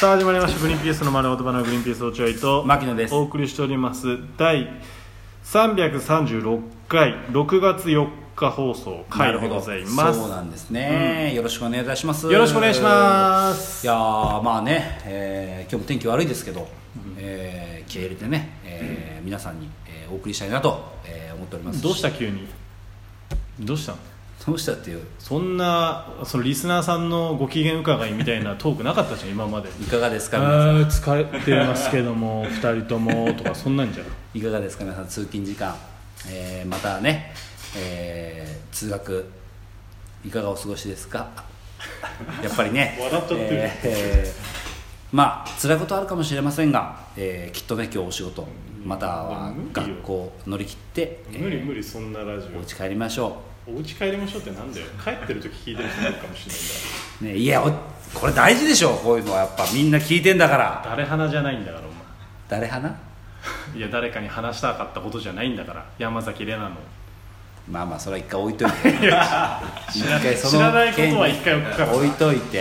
さあ始まりました「グリーンピースの丸言葉のグリーンピース落合」と牧野ですお送りしております第336回6月4日放送な回でるほごどざいますそうなんですね、よろしくお願いいたしますよろしくお願いしますいやーまあね、えー今日も天気悪いですけど、えー気合い入れてね、えー皆さんに、えーお送りしたいなと、えー思っておりますどうしたた急にどうしたのどうしたっていうそんなそのリスナーさんのご機嫌伺いみたいなトークなかったじゃん今までいかがですか皆さあー疲れてますけど も2人ともとかそんなんじゃんんいかがですか皆さん通勤時間、えーまたね、えー通学いかがお過ごしですか やっぱりね笑っちゃってるえーえーまあ辛いことあるかもしれませんが、えーきっとね今日お仕事または学校乗り切って、えー無理無理そんなラジお家帰りましょオお家帰りましょうってなんだよ帰ってる時聞いてる人いるかもしれないんだう、ね、いやおこれ大事でしょこういうのはやっぱみんな聞いてんだから誰花じゃないんだからお誰派な前いや誰かに話したかったことじゃないんだから山崎怜奈のまあまあそれは一回置いとい て一回その知らないことは一回置くから置いといてい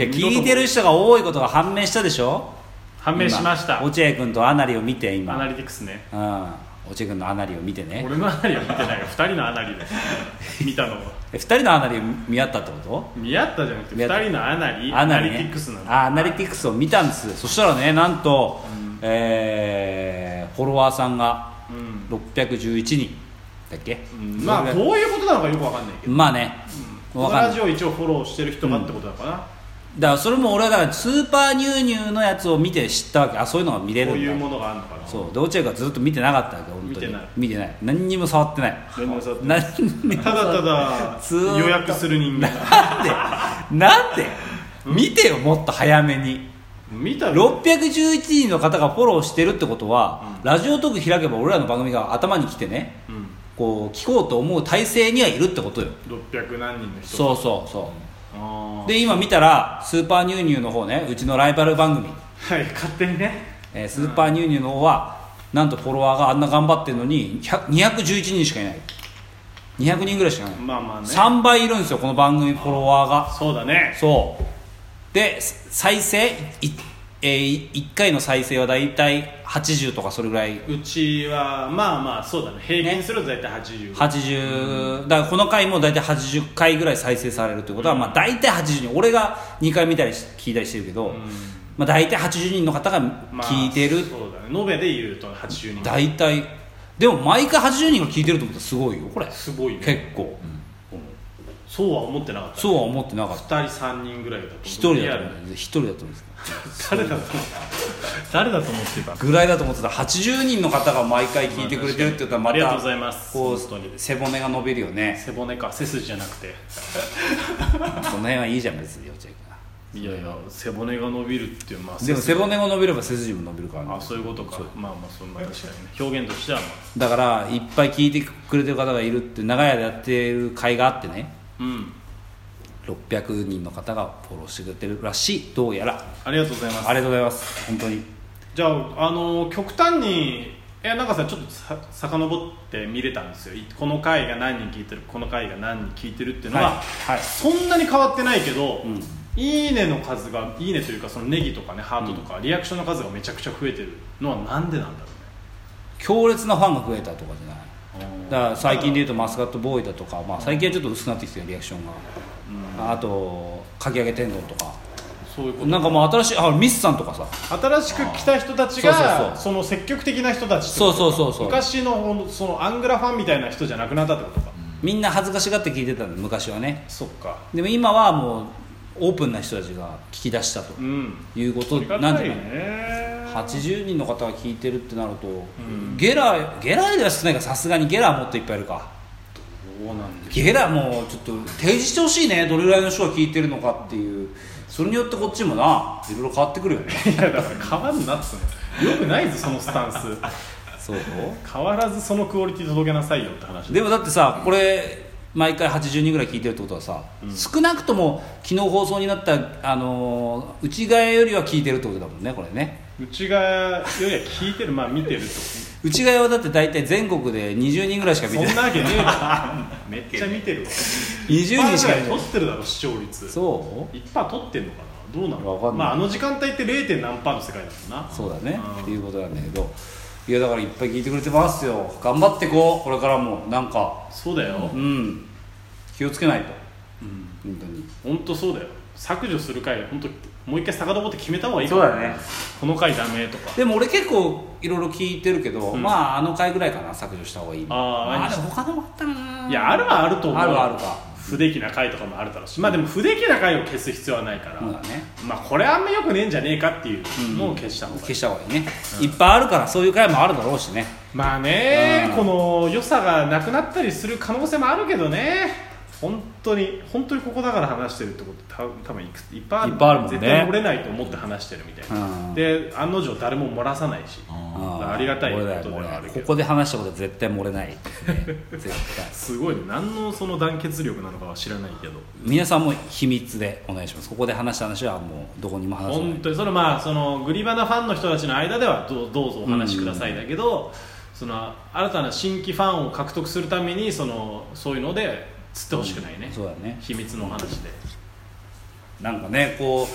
や聞いてる人が多いことが判明したでしょ判明しました今ア落合君とアナリを見て今ナリティクスねうん落合君のアナリを見てね俺のアナリは見てないよ2人のアナリです見たのはえ二人のアナリを見合ったってこと見合ったじゃなくて見合った2人のアナリアアナナリリテねィクスなのあアナリティクスを見たんですそしたらねなんと、えーフォロワーさんがうん611人だっけ、うんまあどういうことなのかよくわかんないけどまあね、こわのかんないラジオを一応フォローしてる人がってことだからだからそれも俺はだからスーパーニューニューのやつを見て知ったわけあそういうのが見れこるういうもんだのがあるのかなそうで落合がずっと見てなかったわけ本当に見てない見てない何にも触ってない何にも触ってない何にもただただずーっと予約する人間なんでなんで見てよもっと早めに見たろ611人の方がフォローしてるってことは、ラジオトーク開けば俺らの番組が頭に来てねうんこう聞こうと思う体制にはいるってことよ600何人の人そうそうそうあーで今見たらスーパーニューニューの方ねうちのライバル番組はい勝手にねえースーパーニューニューの方は、なんとフォロワーがあんな頑張ってるのに100 211人しかいない200人ぐらいしかいない、まあまあね3倍いるんですよこの番組フォロワーがそうだねそうで再生い、え1回の再生はだいたい80とかそれぐらいうちはまあまあそうだね平均すると大体80、 80、だからこの回も大体80回ぐらい再生されるということは、まあ、大体80人俺が2回見たりし聞いたりしてるけど、まあ、大体80人の方がまあ聞いてるそうだね延べで言うと80人大体でも毎回80人が聞いてると思ったらすごいよこれすごい結ね構、そうは思ってなかったそうは思ってなかった2人3人ぐらいだと思う1人リだアとル思って1人だと思うんです誰だと思って 誰だと思ってたぐらいだと思ってた80人の方が毎回聞いてくれてるって言ったらまたありがとうございますこう本当に背骨が伸びるよ ね背骨か背筋じゃなくてその辺はいいじゃん別に落合いやいや背骨が伸びるっていうまあ君でも背骨が伸びれば背筋も伸びるからねあそういうことかまあまあそんな確かにね表現としてはまあだからいっぱい聞いてくれてる方がいるって長屋でやってる会があってねうん600人の方がフォローしてくれてるらしいどうやらありがとうございますありがとうございます本当にじゃあ、あの極端にいやなんかさちょっとさ遡って見れたんですよいこの回が何人聞いてるこの回が何人聞いてるっていうのは、はいはいそんなに変わってないけど、んいいねの数がいいねというかそのネギとかねハートとか、リアクションの数がめちゃくちゃ増えてるのはなんでなんだろ強烈なファンが増えたとかじゃないうね、だから最近でいうとマスカットボーイだとか、まあ、最近はちょっと薄くなってきてるリアクションが、あとかき揚げ天丼とかそういうことなんかもう新しいあミスさんとかさ新しく来た人たちがそうそそうそうの積極的な人たちってそこうとそうそうそう昔のほんそのアングラファンみたいな人じゃなくなったってことか、みんな恥ずかしがって聞いてたの昔はねそっかでも今はもうオープンな人たちが聞き出したとうんいうことありがなんたていいうねの80人の方が聞いてるってなると、んゲラゲラよりは少ないからさすがにゲラはもっといっぱいいるかどうなんでゲラもうちょっと提示してほしいねどれぐらいの人が聞いてるのかっていうそれによってこっちもないろいろ変わってくるよねいやだから変わんなっつうのよくないぞそのスタンスそう変わらずそのクオリティ届けなさいよって話でもだってさこれ毎回80人ぐらい聞いてるってことはさ、少なくとも昨日放送になった、あのー内側よりは聞いてるってことだもんねこれねうちがよりは聞いてるまあ見てると内側はだって大体全国で20人ぐらいしか見そてんないなわけねえだろめっちゃ見てるわパーぐら20人しか見てないい取ってるだろ視聴率そう1パー取ってんのかなどうなのわかんないまあ、あの時間帯って 0. 点何パーの世界だもんなそうだねうんっていうことなんだけどいやだからいっぱい聞いてくれてますよ頑張ってこうこれからもなんかそうだようん気をつけないとうん本当に本当そうだよ削除する回本当もう一回遡って決めた方がいいそうだねこの回ダメとかでも俺結構いろいろ聞いてるけど、うんまああの回ぐらいかな削除した方がいいあーまあ何でも他のもあったかないいやあるはあると思うあるはあるか不出来な回とかもあるだろうしまあでも不出来な回を消す必要はないから、そうだねまあこれあんまよくねえんじゃねえかっていうのを消した方がいい、消した方がいいね、いっぱいあるからそういう回もあるだろうしねまあね、うんこの良さがなくなったりする可能性もあるけどね本当に本当にここだから話してるってこと多分多分いくついっぱいあるいっぱいあるもんね絶対漏れないと思って話してるみたいな、うんで案の定誰も漏らさないし、ーありがたいこと俺だよでは俺だよあるけこどこで話したことは絶対漏れない、ね、絶対すごいね何のその団結力なのかは知らないけど皆さんも秘密でお願いしますここで話した話はもうどこにも話さない本当にそのまあそのグリバナファンの人たちの間ではどうどうぞお話しくださいだけど、その新たな新規ファンを獲得するためにそのそういうので釣ってほしくないね、そうだね秘密の話でなんかねこう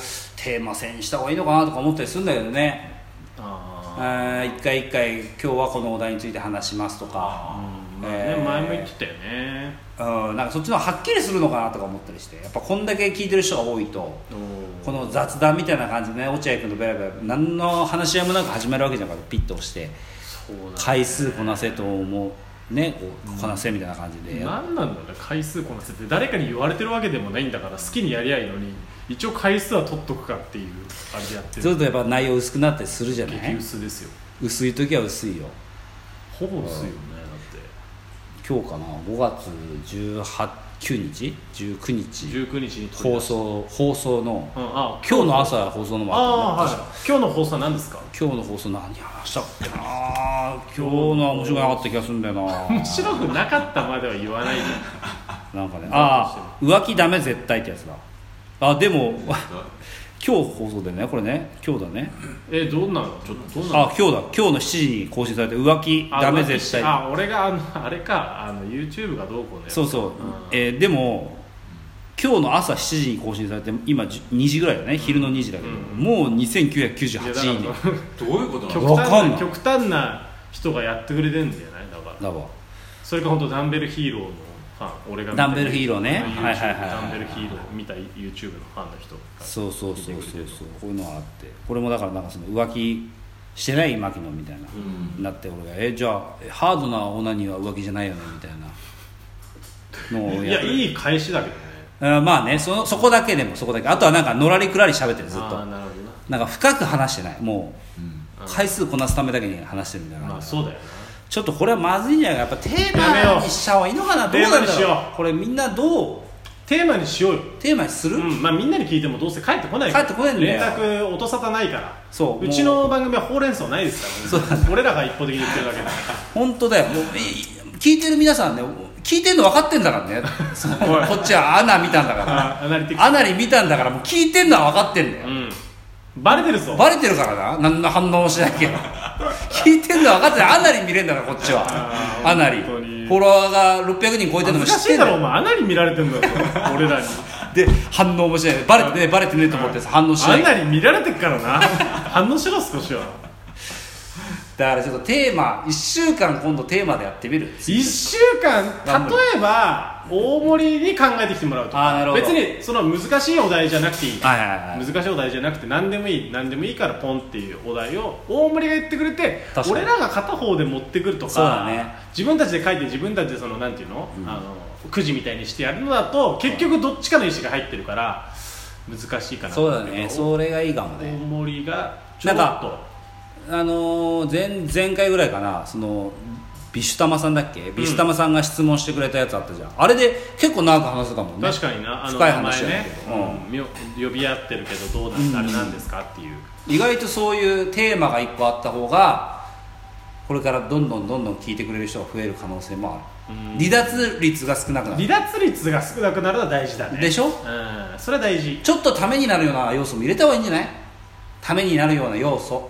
テーマ戦した方がいいのかなとか思ったりするんだけどねあああー一回一回今日はこのお題について話しますとかうんまあえねー前も言ってたよねうんなんかそっちの方がはっきりするのかなとか思ったりしてやっぱこんだけ聞いてる人が多いとこの雑談みたいな感じでね落合君とベラベラ何の話し合いもなく始めるわけじゃなくてピッと押してそうだね回数こなせと思うねこうこなせみたいな感じで何なんだろうね回数こなせって誰かに言われてるわけでもないんだから好きにやりゃいいのに一応回数は取っとくかっていうあれでやってそうするるとやっぱ内容薄くなったりするじゃな激い薄ですよ薄い時は薄いよほぼ薄いよねだって今日かな5月18 9日19日19日に撮り放出した送放送のうん、あ今日の朝放送のもあったんあだあーはい今日の放送は何ですか今日の放送何話したっけな今日のは面白くなかった気がするんだよな 面白くなかったまでは言わないでなんかねああ浮気ダメ絶対ってやつだあでも 今日放送でねこれね今日だねえどうなのちょっとどうなのあ今日だ今日の7時に更新されて浮気あダメ絶対あ俺があのあれかあの YouTube がどうこうねそうそう、んえーでも今日の朝7時に更新されて今じ2時ぐらいだね昼の2時だけど、うんもういや2998だ位かどういうこらとな極のわか端んなない極端な人がやってくれてるんじゃないだからだわそれか本当ダンベルヒーローのファン俺が見たダンベルヒーローね YouTube はいはいはいはいダンベルヒーロー見た YouTube のファンの人そうそうそうそうそうこういうのがあってこれもだからなんかその浮気してない牧野みたいな、うんなって俺が「えじゃあえハードなオナニーは浮気じゃないよね」み たいなのをいややるいい返しだけどねあまあねそのそこだけでもそこだけあとはなんかのらりくらり喋ってるずっああとなるほどななんか深く話してないもうんう回数こなすためだけに話してるみたいな、まあそうだよちょっとこれはまずいんじゃないかやっぱテやーめマよにうした方がいいのかなどうテーなマんにだしようろうこれみんなどうなテーマにしようよテーマにする、うんまあ、みんなに聞いてもどうせ帰ってこないから帰ってこないんだよ連絡音沙汰ないからそうちの番組はほうれん草ないですから、俺らが一方的に言ってるだけだか 本当だよもうえ聞いてる皆さんね聞いてるの分かってんだから ねそのおいこっちはアナ見たん だかららアナリティクアナリ見たんだからもう聞いてんのは分かってんだスよ、うんバレてるぞバレてるからな何の反応もしない けど聞いてんのは分かってないアナリ見れんだからこっちはあーアナリフ本当にォロワーが600人超えてるの恥も知ずかっしいてんだだろおよ前アナに見られてんだ ぞ俺らにで反応もしないバレてねバレてねと思ってさ反応しなアいだナに見られてっからな反応しろ少しは からちょっとテーマ1週間今度テーマでやってみる1週間頑張る例えば大盛りに考えてきてもらうとあーなるかほど別にその難しいお題じゃなくていいはいはいはい難しいお題じゃなくて何でもいい何でもいいからポンっていうお題を大森が言ってくれて確かに俺らが片方で持ってくるとかそうだね自分たちで書いて自分たちでそのなんていうの,、あのくじみたいにしてやるのだと結局どっちかの意思が入ってるから難しいかなそうだねそれがいいかも大ね森がちょなっんとかあのー前前回ぐらいかなそのビシュタマさんだっけビシュタマさんが質問してくれたやつあったじゃん、あれで結構長く話せたもんね確かになあの深い話名前ねだけどうん、うんみょ呼び合ってるけどどうなん、あれなんですかっていう意外とそういうテーマが1個あった方がこれからどんどんどんどん聞いてくれる人が増える可能性もある、うん離脱率が少なくな離る脱率が少なくなるのは大事だねでしょうんそれは大事ちょっとためになるような要素も入れた方がいいんじゃないためになるような要素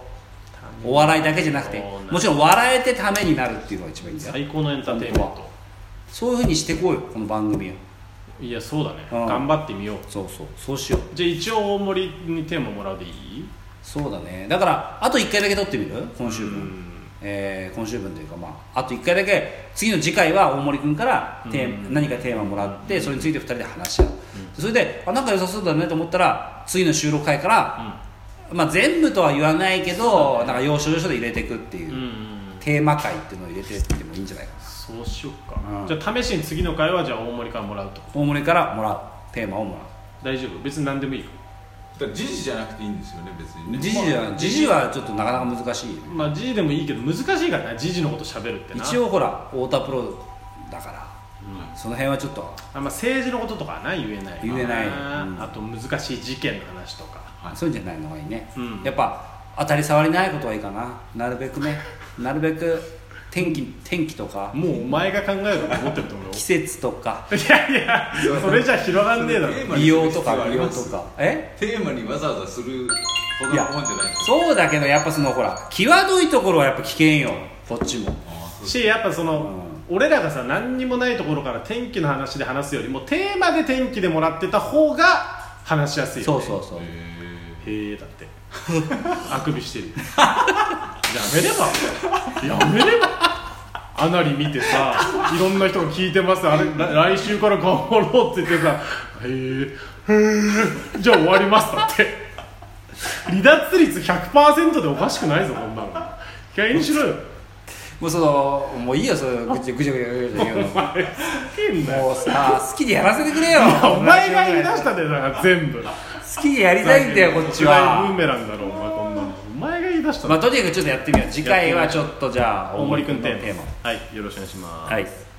お笑いだけじゃなくておーもちろん笑えてためになるっていうのが一番いいんだよ最高のエンターテインメントそういうふうにしてこうよこの番組をいやそうだねうん頑張ってみようそうそうそうしようじゃあ一応大盛りにテーマもらうでいいそうだねだからあと1回だけ撮ってみる今週う分んえー今週分というか、まあ、あと1回だけ次の次回は大森君からテーマ何かテーマもらってそれについて2人で話し合う、それであなんか良さそうだねと思ったら次の収録回から、まあ、全部とは言わないけど、なんか要所要所で入れていくっていう、うんテーマ回っていうのを入れてってもいいんじゃないかなそうしよっかうんじゃあ試しに次の回はじゃあ大盛りからもらうと大森からもらうテーマをもらう大丈夫別に何でもいいよだから時事じゃなくていいんですよね別にね時事は時事はちょっとなかなか難しいよねまあ時事でもいいけど難しいからな時事のこと喋るってな一応ほら太田プロだから、うその辺はちょっとあんま政治のこととかはな言えない言えないうんあと難しい事件の話とかはいそういうんじゃないのがいいね、うんやっぱ当たり障りないことはいいかななるべくねなるべく天気天気とかもうお前が考えると思ってると思う よ季節とかいやいやそれじゃ広がんねえだろそれ美容とテーマかに美容とかえテーマにわざわざするほどいのやもんじゃないですよそうだけどやっぱそのほら際どいところはやっぱ危険よこっちもあーそうしやっぱその、俺らがさ何にもないところから天気の話で話すよりもテーマで天気でもらってた方が話しやすいよ、ね、そうそうそうへーへえだって あくびしてるやめればやめればあなり見てさいろんな人が聞いてますあれら来週から頑張ろうって言ってさへえへえじゃあ終わりますだって離脱率100%でおかしくないぞこんなの機械にしろよもうそのもういいよそれぐちゃぐちゃぐちゃぐちゃ言うの お前ふざけんなよもうさ好きでやらせてくれよ お前が言い出したんだよだから全部好きでやりたいんだよこっちブーはメランだろお前こんなのお前が言い出したんだまあとにかくちょっとやってみよう次回はちょっとじゃあ大森君のテーマはいよろしくお願いしますはい